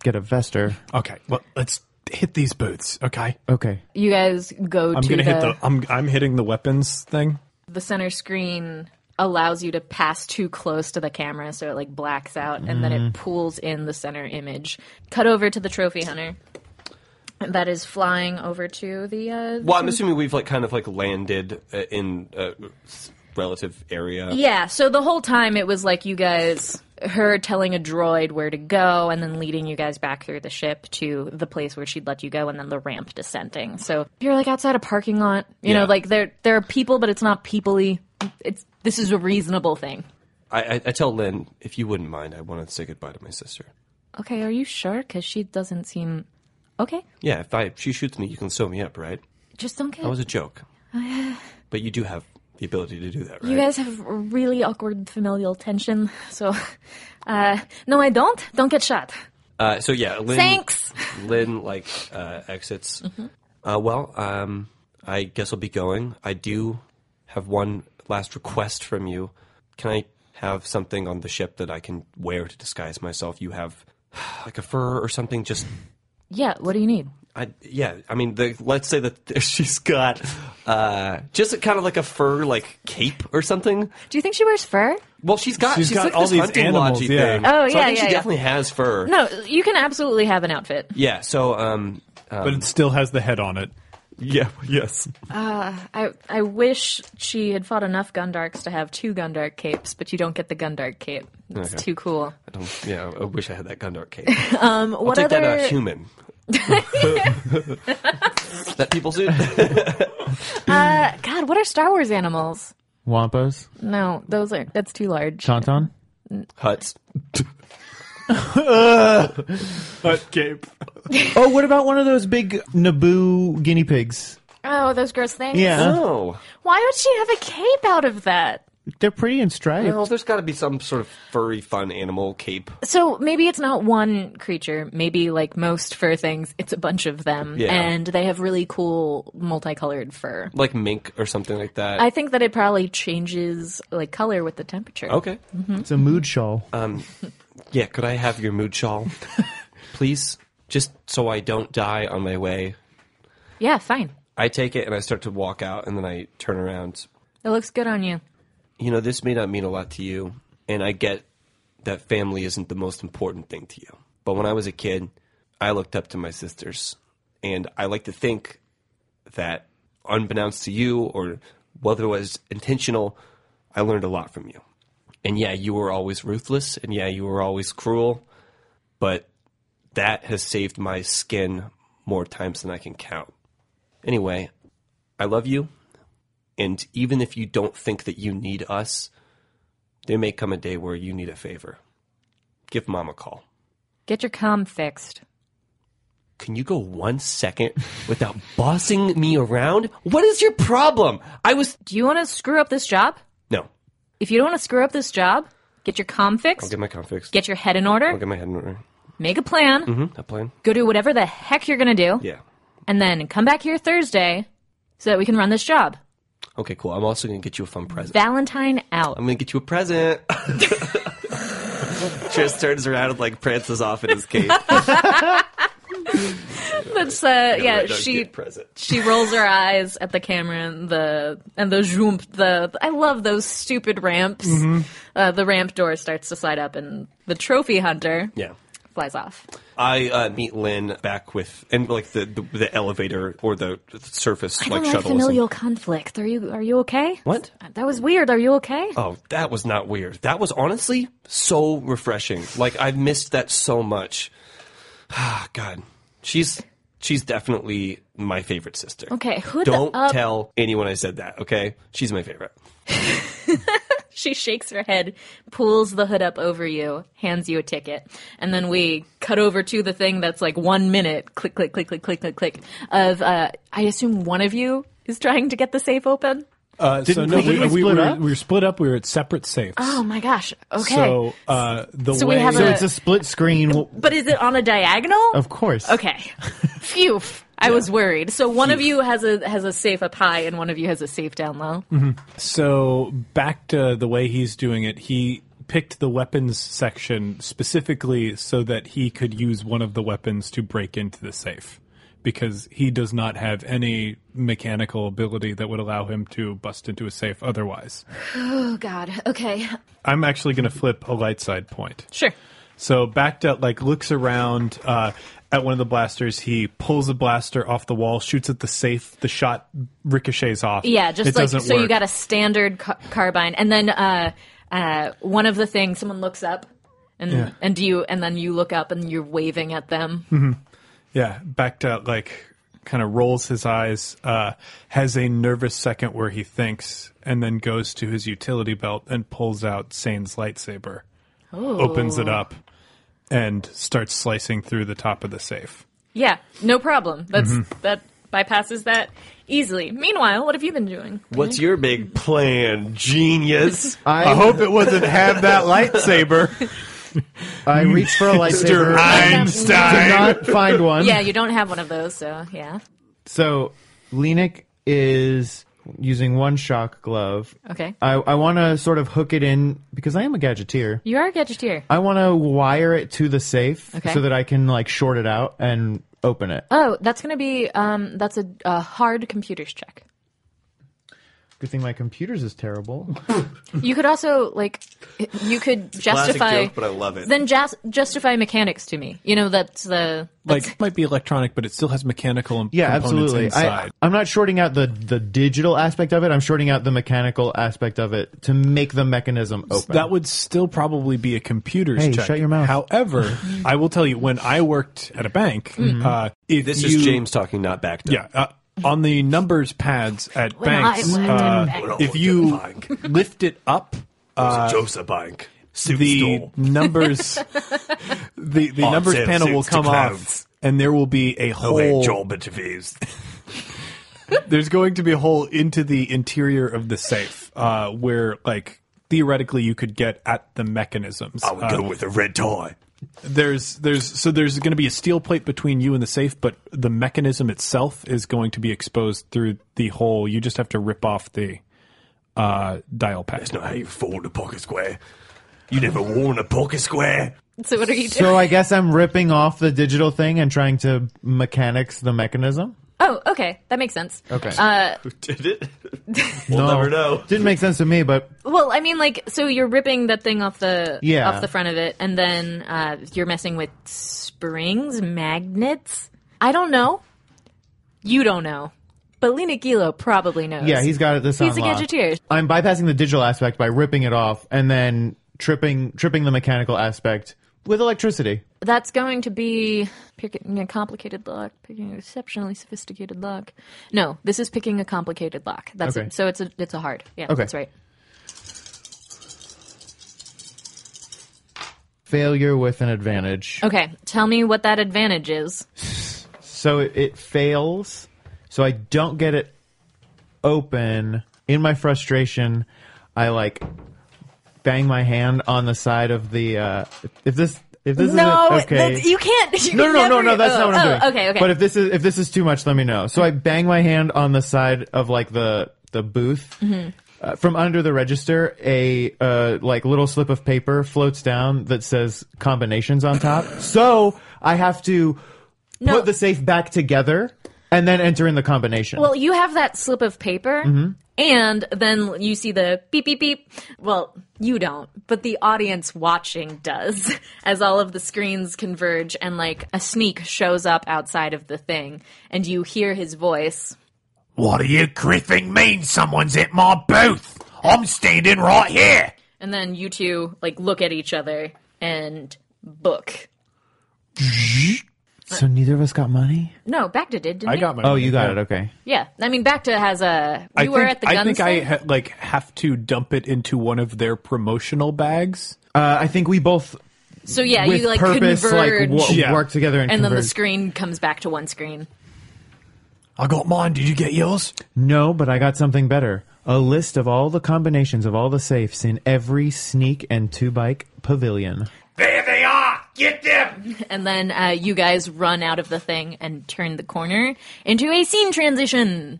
S4: get a Vester.
S5: Okay, well, let's hit these booths. Okay,
S4: Okay.
S3: You guys go
S5: I'm
S3: to
S5: gonna
S3: the,
S5: hit the. I'm I'm hitting the weapons thing.
S3: the center screen allows you to pass too close to the camera so it like blacks out and then it pulls in the center image. Cut over to the trophy hunter. That is flying over to the uh
S7: Well, I'm assuming we've like kind of like landed uh, in a relative area.
S3: Yeah, so the whole time it was like you guys her telling a droid where to go and then leading you guys back through the ship to the place where she'd let you go and then the ramp descending. So you're like outside a parking lot. You
S7: Yeah.
S3: know, like there there are people but it's not peoply. It's this is a reasonable thing.
S7: I, I, I tell Lynn if you wouldn't mind, I want to say goodbye to my sister.
S3: Okay, are you sure? Because she doesn't seem okay.
S7: Yeah, if I if she shoots me, you can sew me up, right?
S3: Just don't get.
S7: That was a joke. but you do have the ability to do that, right?
S3: Oh, you guys have really awkward familial tension. <laughs> So, uh, no, I don't. Don't get shot.
S7: Uh, so yeah, Lynn.
S3: Thanks. <laughs> Mm-hmm.
S7: Lynn like uh, exits. Uh, well, um, I guess I'll be going. I do have one last request from you. Can I have something on the ship that I can wear to disguise myself? You have <sighs> like a fur or something. Just
S3: Yeah. What do you need?
S7: I yeah. I mean, the, let's say that <laughs> she's got uh, just kind of like a fur like cape or something.
S3: Do you think she wears fur?
S7: Well, she's got
S5: She's
S7: she's,
S5: got
S7: like
S5: all
S7: this
S5: these
S7: hunting
S5: animals,
S7: lodgy
S5: yeah.
S7: thing.
S3: Oh,
S7: so I
S3: yeah,
S7: think she
S3: yeah, yeah.
S7: definitely has fur.
S3: No, you can absolutely have an outfit.
S7: Yeah. So um,
S5: but it still has the head on it.
S7: yeah. Yes.
S3: I I wish she had fought enough Gundarks to have two Gundark capes, but you don't get the Gundark cape. It's
S7: Okay.
S3: too cool.
S7: I don't, Oh, yeah, I wish I had that Gundar
S3: <laughs>
S7: cape.
S3: What
S7: I'll take
S3: other?
S7: that uh, human.
S3: <laughs>
S7: that people suit.
S3: uh, God, what are Star Wars animals?
S4: Wampos,
S3: No, those are that's too large.
S4: Chanton.
S7: Huts.
S5: <laughs> But cape.
S4: Oh, what about one of those big Naboo guinea pigs?
S3: Oh, those gross things.
S4: Yeah,
S7: <laughs> Oh.
S3: Why would she have a cape out of that?
S4: they're pretty and striped.
S3: Oh.
S7: Well, there's got to be some sort of furry, fun animal cape.
S3: So maybe it's not one creature. Maybe like most fur things, it's a bunch of them,
S7: Yeah.
S3: and they have really cool multicolored fur.
S7: Like mink or something like that.
S3: I think that it probably changes like color with the temperature.
S7: okay.
S4: It's a mood shawl.
S7: Yeah, could I have your
S3: <laughs>
S7: mood shawl? Please? Just so I don't die on my way.
S3: Yeah, fine.
S7: I take it and I start to walk out and then I turn around.
S3: It looks good on you.
S7: You know, this may not mean a lot to you, and I get that family isn't the most important thing to you. But when I was a kid, I looked up to my sisters, and I like to think that, unbeknownst to you or whether it was intentional, I learned a lot from you. And yeah, you were always ruthless, and yeah, you were always cruel, but that has saved my skin more times than I can count. Anyway, I love you. And even if you don't think that you need us, there may come a day where you need a favor. Give mom a call.
S3: Get your com fixed.
S7: Can you go one second without <laughs> bossing me around? What is your problem? I was.
S3: Do you want to screw up this job?
S7: No,
S3: If you don't want to screw up this job, get your com
S7: I'll
S3: fixed.
S7: get my comp fixed.
S3: Get your head in order.
S7: I'll get my head in order.
S3: Make a plan.
S7: Mm-hmm. A plan?
S3: Go do whatever the heck you're gonna do,
S7: Yeah.
S3: and then come back here Thursday so that we can run this job.
S7: Okay, cool. I'm also going to get you a fun present.
S3: Valentine out.
S7: I'm gonna get you a <laughs> present. Tris turns around and like prances off in his <laughs> cape.
S3: That's uh, yeah.
S7: Does
S3: She
S7: get present.
S3: she rolls her eyes at the camera and the and the zoom the I love those stupid ramps. Uh, the ramp door starts to slide up, and the trophy hunter
S7: Yeah.
S3: flies off.
S7: I uh, meet Lynn back with and like the the, the elevator or the surface
S3: I
S7: like
S3: don't like
S7: shuttle. or something.
S3: familial conflict. Are you are you okay?
S7: What?
S3: That was weird. Are you okay?
S7: Oh, that was not weird. That was honestly so refreshing. Like I've missed that so much. Ah, God, she's she's definitely my favorite sister.
S3: Okay, who the
S7: Don't
S3: up-
S7: tell anyone I said that. Okay, she's my favorite.
S3: She shakes her head, pulls the hood up over you, hands you a ticket, and then we cut over to the thing that's like one minute. Click, click, click, click, click, click, click. Of uh, I assume one of you is trying to get the safe open.
S5: Uh, so no, we,
S4: we
S5: we,
S4: split
S5: were,
S4: up?
S5: we were split up. We were at separate safes.
S3: Oh my gosh. Okay.
S5: So uh, the
S3: So we
S5: way
S3: have
S4: So
S3: a-
S4: it's a split screen. w-
S3: but is it on a diagonal?
S4: Of course.
S3: Okay. Phew. I was worried. So one of you has a has a safe up high, and one of you has a safe down low.
S5: So back to the way he's doing it, he picked the weapons section specifically so that he could use one of the weapons to break into the safe because he does not have any mechanical ability that would allow him to bust into a safe otherwise.
S3: Oh God. Okay.
S5: I'm actually going to flip a light side point.
S3: Sure.
S5: So backed up, like looks around uh, at one of the blasters. He pulls a blaster off the wall, shoots at the safe. The shot ricochets off.
S3: Yeah, just
S5: It
S3: like so
S5: doesn't
S3: you
S5: work.
S3: got a standard ca- carbine, and then uh, uh, one of the things someone looks up, and and you and then you look up and you're waving at them. <laughs>
S5: Yeah, back to like kind of rolls his eyes, uh, has a nervous second where he thinks, and then goes to his utility belt and pulls out Sane's lightsaber,
S3: Oh.
S5: opens it up, and starts slicing through the top of the safe.
S3: Yeah, no problem. That's
S5: Mm-hmm.
S3: that bypasses that easily. Meanwhile, what have you been doing?
S7: What's your big
S3: <laughs>
S7: plan, genius?
S4: I,
S5: Hope it wasn't have that <laughs> lightsaber,
S4: I reach for a
S5: Mr.
S4: lightsaber. Did
S5: Einstein.
S4: not find one.
S3: Yeah, you don't have one of those, so yeah.
S4: So Lenik is using one shock glove.
S3: Okay,
S4: I, I want to sort of hook it in because I am a gadgeteer.
S3: you are a gadgeteer.
S4: I want to wire it to the safe
S3: Okay.
S4: so that I can like short it out and open it.
S3: Oh, that's gonna be um, that's a, a hard computers check.
S4: Good thing my computer's
S5: <laughs>
S4: is terrible.
S3: You could also like you could justify
S7: joke, but I love it.
S3: Then jas- justify mechanics to me. You know that's the
S5: like it might be electronic, but it still has mechanical im-
S4: Yeah,
S5: components
S4: absolutely. I,
S5: inside.
S4: I'm not shorting out the, the digital aspect of it. I'm shorting out the mechanical aspect of it to make the mechanism open.
S5: That would still probably be a computer's
S4: Hey,
S5: check.
S4: shut your mouth. <laughs>
S5: However, I will tell you, when I worked at a bank,
S4: Mm-hmm.
S5: uh, if
S7: This
S5: you-
S7: is James talking, not back to
S5: Yeah. Uh, on the numbers pads at
S3: When
S5: banks,
S3: I worked
S5: uh,
S3: in banks.
S5: if you lift it up,
S7: Joseph Bank.
S5: the numbers, the, the
S7: Oh,
S5: numbers
S7: sales,
S5: panel will
S7: sales to
S5: come off,
S7: clouds.
S5: and there will be a hole. There's going to be a hole into the interior of the safe, uh, where like theoretically you could get at the mechanisms. Uh,
S7: with a red tie.
S5: there's there's so there's going to be a steel plate between you and the safe, but the mechanism itself is going to be exposed through the hole. You just have to rip off the uh, dial pad.
S7: It's not how you fold a pocket square. You never worn a pocket square.
S3: so what are you doing?
S4: so I guess I'm ripping off the digital thing and trying to mechanics the mechanism.
S3: Oh, okay, that makes sense.
S4: Okay.
S3: Uh,
S7: Who did <laughs> it? we'll never know.
S4: Didn't make sense to me, but
S3: Well, I mean, like, so you're ripping that thing off the
S4: Yeah.
S3: off the front of it, and then uh, you're messing with springs, magnets. I don't know. You don't know, but Lena Gilo probably knows.
S4: yeah, he's got it this
S3: he's
S4: on
S3: a
S4: lock.
S3: gadgeteer.
S4: I'm bypassing the digital aspect by ripping it off and then tripping tripping the mechanical aspect with electricity.
S3: That's going to be picking a complicated lock, picking an exceptionally sophisticated lock. No, this is picking a complicated lock. That's
S4: Okay.
S3: it. So it's a it's a hard. Yeah,
S4: Okay.
S3: that's right.
S4: Failure with an advantage.
S3: Okay, tell me what that advantage is.
S4: So it, it fails. So I don't get it open. In my frustration, I like bang my hand on the side of the. Uh, if this, if this
S3: no,
S4: is okay.
S3: that's- you can't. You
S4: no,
S3: can
S4: no, no,
S3: never-
S4: no, that's
S3: oh,
S4: not what I'm
S3: oh,
S4: doing.
S3: Okay, okay.
S4: But if this is if this is too much, let me know. So I bang my hand on the side of like the the booth.
S3: Mm-hmm.
S4: Uh, from under the register, a uh, like little slip of paper floats down that says combinations on
S3: <gasps>
S4: top. so I have to
S3: No.
S4: put the safe back together and then enter in the combination.
S3: Well, you have that slip of paper,
S4: Mm-hmm.
S3: and then you see the beep, beep, beep. Well, you don't, but the audience watching does <laughs> as all of the screens converge and like a sneak shows up outside of the thing, and you hear his voice.
S8: What do you griffing mean someone's at my booth? I'm standing right here.
S3: And then you two like look at each other and book.
S4: so neither of us got money.
S3: No, Bacta did, didn't
S6: I
S3: you?
S6: got my.
S4: Oh, you got it. Okay.
S3: Yeah, I mean, Bacta has a. You
S6: I
S3: were
S6: think,
S3: at the
S6: I
S3: guns.
S6: think I
S3: thing?
S6: ha- like have to dump it into one of their promotional bags.
S4: Uh, I think we both
S3: so yeah,
S4: with
S3: you like
S4: purpose
S3: converge,
S4: like wo-
S6: Yeah.
S4: work together and,
S3: and then the
S4: converge.
S3: screen comes back to one screen.
S8: I got mine. Did you get yours?
S4: No, but I got something better. A list of all the combinations of all the safes in every sneak and two bike pavilion.
S8: There they are. Get them.
S3: and then uh, you guys run out of the thing and turn the corner into a scene transition.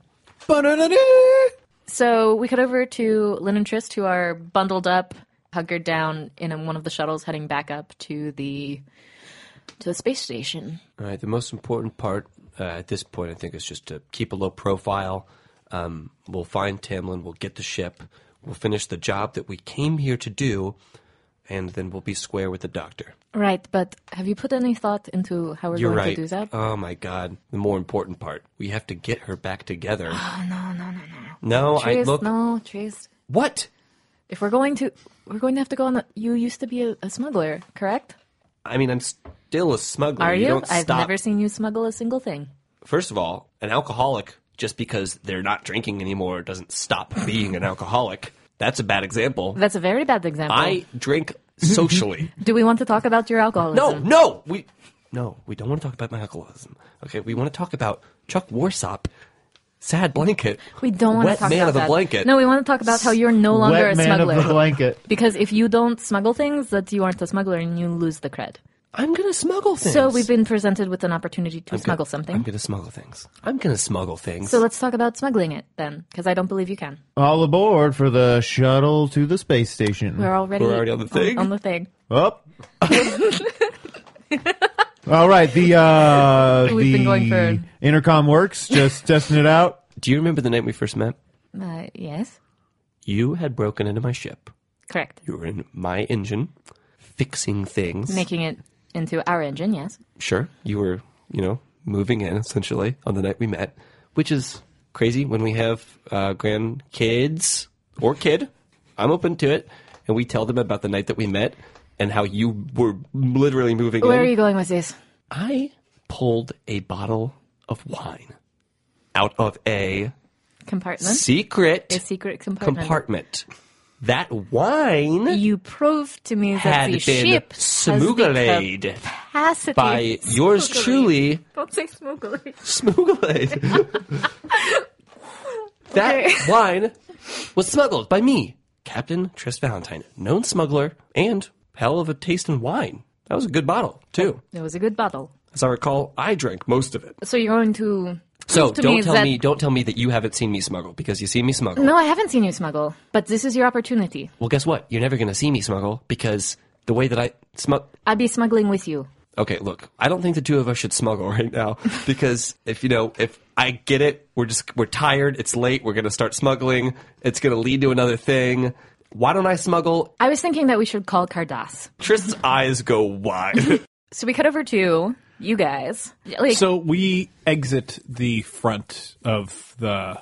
S3: So we cut over to Lynn and Trist, who are bundled up, hunkered down in um, one of the shuttles, heading back up to the to the space station.
S7: All right. The most important part uh, at this point, I think, is just to keep a low profile. Um, we'll find Tamlin. We'll get the ship. We'll finish the job that we came here to do, and then we'll be square with the doctor.
S3: Right, but have you put any thought into how we're
S7: You're
S3: going
S7: right.
S3: to do that?
S7: Oh my god. The more important part, we have to get her back
S3: <gasps>
S7: together.
S3: no, no, no,
S7: no, I
S3: Trist,
S7: look.
S3: no, Trist.
S7: What?
S3: If we're going to, we're going to have to go on. The, you used to be a, a smuggler, correct?
S7: I mean, I'm still a smuggler.
S3: Are you?
S7: don't
S3: I've
S7: stop.
S3: never seen you smuggle a single thing.
S7: First of all, an alcoholic just because they're not drinking anymore
S3: <laughs>
S7: doesn't stop being an alcoholic. That's a bad example.
S3: That's a very bad example.
S7: I drink
S3: <laughs>
S7: socially.
S3: Do we want to talk about your
S7: no,
S3: alcoholism?
S7: no, we no, we don't want to talk about my alcoholism. Okay, we want to talk about Chuck Warsop, sad blanket.
S3: we don't want
S7: wet
S3: to talk
S7: man
S3: about
S7: of the
S3: that.
S7: blanket.
S3: No, we want to talk about how you're no longer
S4: Wet
S3: a
S4: man
S3: smuggler.
S4: of the blanket.
S3: because if you don't smuggle things, that you aren't a smuggler and you lose the cred.
S7: I'm gonna smuggle things.
S3: So we've been presented with an opportunity to smuggle something.
S7: I'm gonna smuggle things. I'm gonna smuggle things.
S3: so let's talk about smuggling it then, because I don't believe you can.
S7: Um,
S4: All aboard for the shuttle to the space station.
S3: We're already
S7: We're already on the thing?
S3: On, the thing. <laughs>
S4: Up. all right. The uh,
S3: We've
S4: the
S3: been going for-
S4: intercom works. Just testing it out.
S7: Do you remember the night we first met?
S3: Uh, yes,
S7: You had broken into my ship.
S3: correct.
S7: You were in my engine, fixing things.
S3: Making it into our engine. Yes,
S7: sure, you were, you know, moving in essentially on the night we met, which is crazy when we have uh, grandkids or kid. I'm open to it, and we tell them about the night that we met and how you were literally moving
S3: where
S7: in.
S3: are you going with this?
S7: I pulled a bottle of wine out of a
S3: Compartment,
S7: secret
S3: a secret compartment.
S7: compartment. That wine
S3: You proved to me that
S7: had
S3: the
S7: been
S3: ship has the
S7: smuggled
S3: capacity <laughs>
S7: by yours
S3: Smuggled.
S7: truly,
S3: Don't say smuggler. <laughs>
S7: smuggled. that
S3: Okay.
S7: wine was smuggled by me, Captain Tris Valentine, known smuggler, and hell of a taste in wine. That was a good bottle, too.
S3: It was a good bottle.
S7: As I recall, I drank most of it.
S3: So you're going to.
S7: So
S3: prove to
S7: don't
S3: me
S7: tell
S3: that-
S7: me, don't tell me that you haven't seen me smuggle because you see me smuggle.
S3: No, I haven't seen you smuggle, but this is your opportunity.
S7: Well, guess what? You're never gonna see me smuggle because the way that I smuggle.
S3: I'll be smuggling with you.
S7: Okay, look, I don't think the two of us should smuggle <laughs> right now because if you know, if I get it, we're just we're tired. It's late. We're gonna start smuggling. It's gonna lead to another thing. Why don't I smuggle?
S3: I was thinking that we should call Cardass.
S7: Trist's eyes go wide. <laughs>
S3: So we cut over to you guys. Like,
S6: So we exit the front of the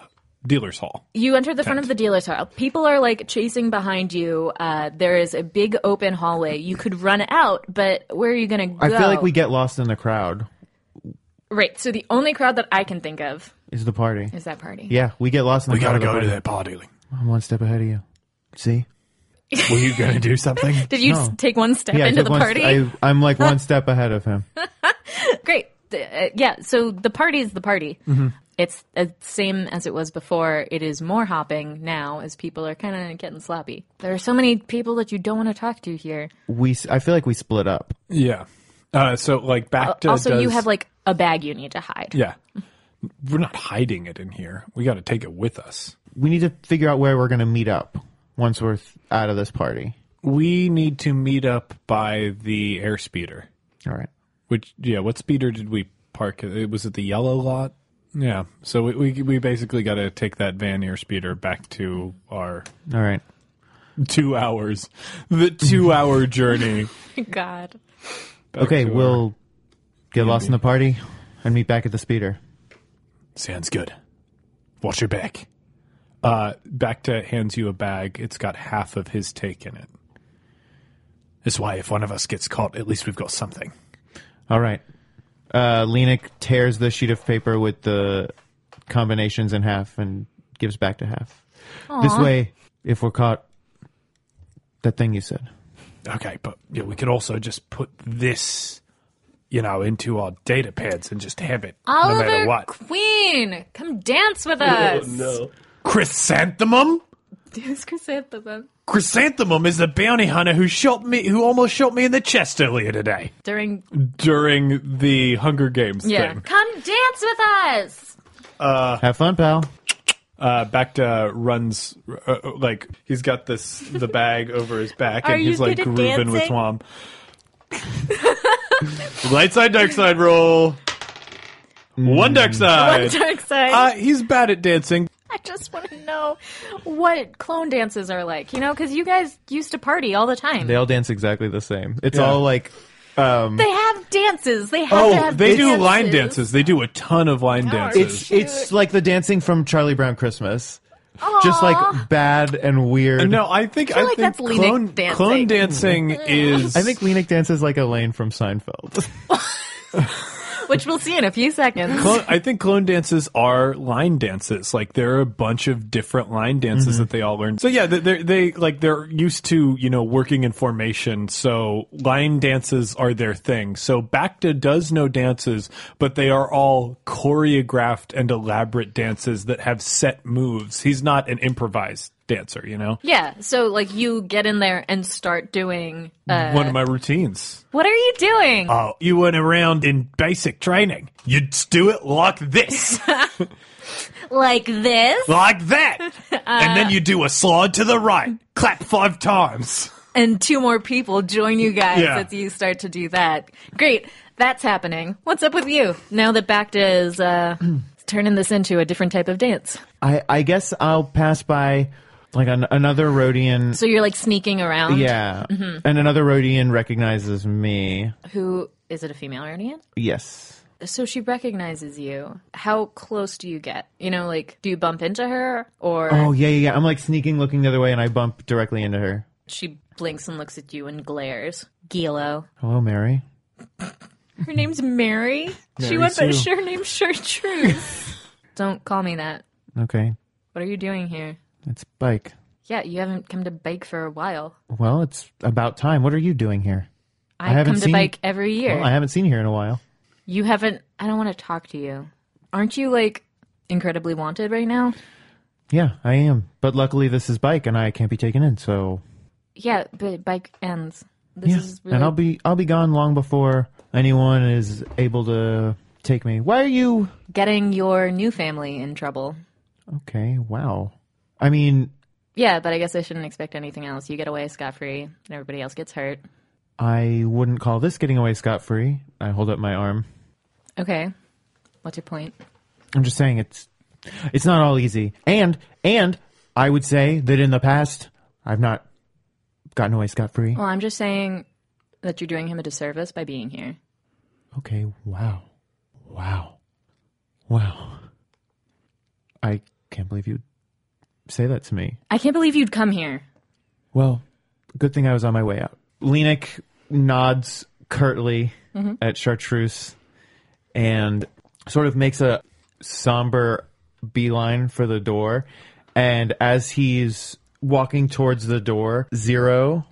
S5: dealer's hall.
S3: You enter the front of the dealer's hall. People are like chasing behind you. Uh, there is a big open hallway. You could run out, but where are you going to go?
S4: I feel like we get lost in the crowd.
S3: Right. So the only crowd that I can think of
S4: Is the party?
S3: is that party.
S4: Yeah, we get lost in the
S9: We gotta
S4: crowd. of
S9: go to
S4: the party.
S9: that party. Like,
S4: I'm one step ahead of you. See?
S9: were you gonna do something?
S3: <laughs> Did you s- take one step
S4: I
S3: into
S4: took
S3: the
S4: one
S3: party?
S4: st- I, I'm
S3: <laughs>
S4: like one step ahead of him.
S3: Great. Uh, yeah. So the party is the party.
S9: Mm-hmm.
S3: It's the same as it was before. It is more hopping now as people are kind of getting sloppy. There are so many people that you don't want to talk to here.
S4: We, s- I feel like we split up.
S5: Yeah. Uh, so like back to
S3: also, you
S5: does-
S3: have like a bag you need to hide.
S5: yeah. We're not hiding it in here. We got to take it with us.
S4: We need to figure out where we're going to meet up once we're th- out of this party.
S5: We need to meet up by the air speeder.
S4: All right.
S5: Which yeah, what speeder did we park? It was at the yellow lot. Yeah. So we we, we basically got to take that Van Air speeder back to our
S4: All right.
S5: two hours, the two hour journey.
S3: <laughs> God.
S5: back
S4: okay,
S5: to our-
S4: we'll get lost in the party and meet back at the speeder.
S5: Sounds good. Watch your back. Uh, Bacta hands you a bag. It's got half of his take in it.
S9: That's why if one of us gets caught, at least we've got something.
S4: All right. Uh, Lenik tears the sheet of paper with the combinations in half and gives back to half. This way, if we're caught, that thing you said.
S9: Okay, but yeah, we could also just put this, you know, into our data pads and just have it no
S3: Oliver
S9: matter what.
S3: Queen, come dance with us.
S9: <laughs>
S3: Oh, no.
S9: Chrysanthemum?
S3: Chrysanthemum.
S9: Chrysanthemum is the bounty hunter who shot me, who almost shot me in the chest earlier today.
S3: During
S5: During the Hunger Games
S3: yeah,
S5: thing,
S3: come dance
S9: <laughs>
S3: with us.
S4: Have fun, pal.
S5: uh, Bacta runs uh, uh, like he's got this the bag <laughs> over his back
S3: Are
S5: and he's
S3: you
S5: like
S3: good at
S5: grooving with
S3: dancing?
S5: Twom. Light side, dark side roll. One dark
S3: One
S5: side.
S3: dark side.
S5: Hmm. Uh, he's bad at dancing.
S3: I just want to know what clone dances are like, you know, because you guys used to party all the time.
S4: They all dance exactly the same. It's
S5: Yeah.
S4: all like
S3: They have dances. They have to
S5: Oh,
S3: have
S5: they do
S3: dances.
S5: line dances. They do a ton of line dances.
S4: it's it's like the dancing from Charlie Brown Christmas. Just
S3: Aw.
S4: like bad and weird.
S5: No, I think I,
S3: feel like
S5: think
S3: that's Lenik
S5: clone
S3: dancing.
S5: clone dancing is.
S4: I think Lenik dances like Elaine from Seinfeld.
S3: which we'll see in a few seconds.
S5: Clone, I think clone dances are line dances. Like there are a bunch of different line dances
S9: Mm-hmm.
S5: that they all learn. So yeah, they, they they like they're used to you know working in formation. So line dances are their thing. So Bacta does know dances, but they are all choreographed and elaborate dances that have set moves. He's not an improvised dancer. You know,
S3: yeah, so like you get in there and start doing. Uh,
S5: one of my routines.
S3: what are you doing?
S5: Uh,
S9: Oh, you went around in basic training. You'd do it like this,
S3: like this,
S9: like that, and then you do a slide to the right, clap five times.
S3: and two more people join you guys
S9: Yeah.
S3: as you start to do that. Great, that's happening. What's up with you now that Bacta is uh, turning this into a different type of dance?
S4: I, I guess I'll pass by like an, another Rhodian.
S3: So you're like sneaking around.
S4: Yeah. And another Rhodian recognizes me.
S3: Who is it? A female Arnian?
S4: Yes.
S3: So she recognizes you. How close do you get? You know, like do you bump into her or
S4: Oh, yeah, yeah, yeah. I'm like sneaking, looking the other way, and I bump directly into her.
S3: she blinks and looks at you and glares? Gilo.
S4: Hello, Mary.
S3: Her name's Mary. she went by her name's Chartreuse.
S4: <laughs>
S3: Don't call me that.
S4: Okay.
S3: What are you doing here?
S4: It's Bike.
S3: Yeah, you haven't come to bike for a while.
S4: Well, it's about time. What are you doing here?
S3: I,
S4: haven't
S3: come to
S4: seen-
S3: bike every year.
S4: Well, I haven't seen you here in a while.
S3: you haven't. I don't want to talk to you. Aren't you like incredibly wanted right now?
S4: Yeah, I am. But luckily, this is Bike, and I can't be taken in, so
S3: Yeah, but bike ends. This
S4: Yeah,
S3: is really
S4: and I'll be I'll be gone long before anyone is able to take me. Why are you
S3: getting your new family in trouble.
S4: okay? Wow. I mean,
S3: Yeah, but I guess I shouldn't expect anything else. You get away scot free, and everybody else gets hurt.
S4: I wouldn't call this getting away scot free. I hold up my arm.
S3: Okay. What's your point?
S4: I'm just saying it's it's not all easy. And and I would say that in the past I've not gotten away scot free.
S3: Well, I'm just saying that you're doing him a disservice by being here.
S4: Okay, wow. Wow. Wow. I can't believe you'd say that to me.
S3: I can't believe you'd come here.
S4: Well, good thing I was on my way out. Lenik nods curtly at Chartreuse and sort of makes a somber beeline for the door. And as he's walking towards the door, 0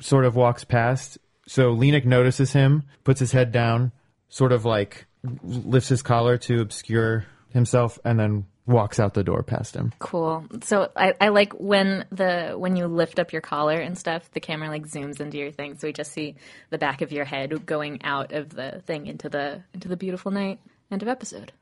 S4: sort of walks past. So Lenik notices him, puts his head down, sort of like lifts his collar to obscure himself, and then walks out the door past him.
S3: Cool. So I, I like when the when you lift up your collar and stuff, the camera like zooms into your thing, so we just see the back of your head going out of the thing into the into the beautiful night. End of episode.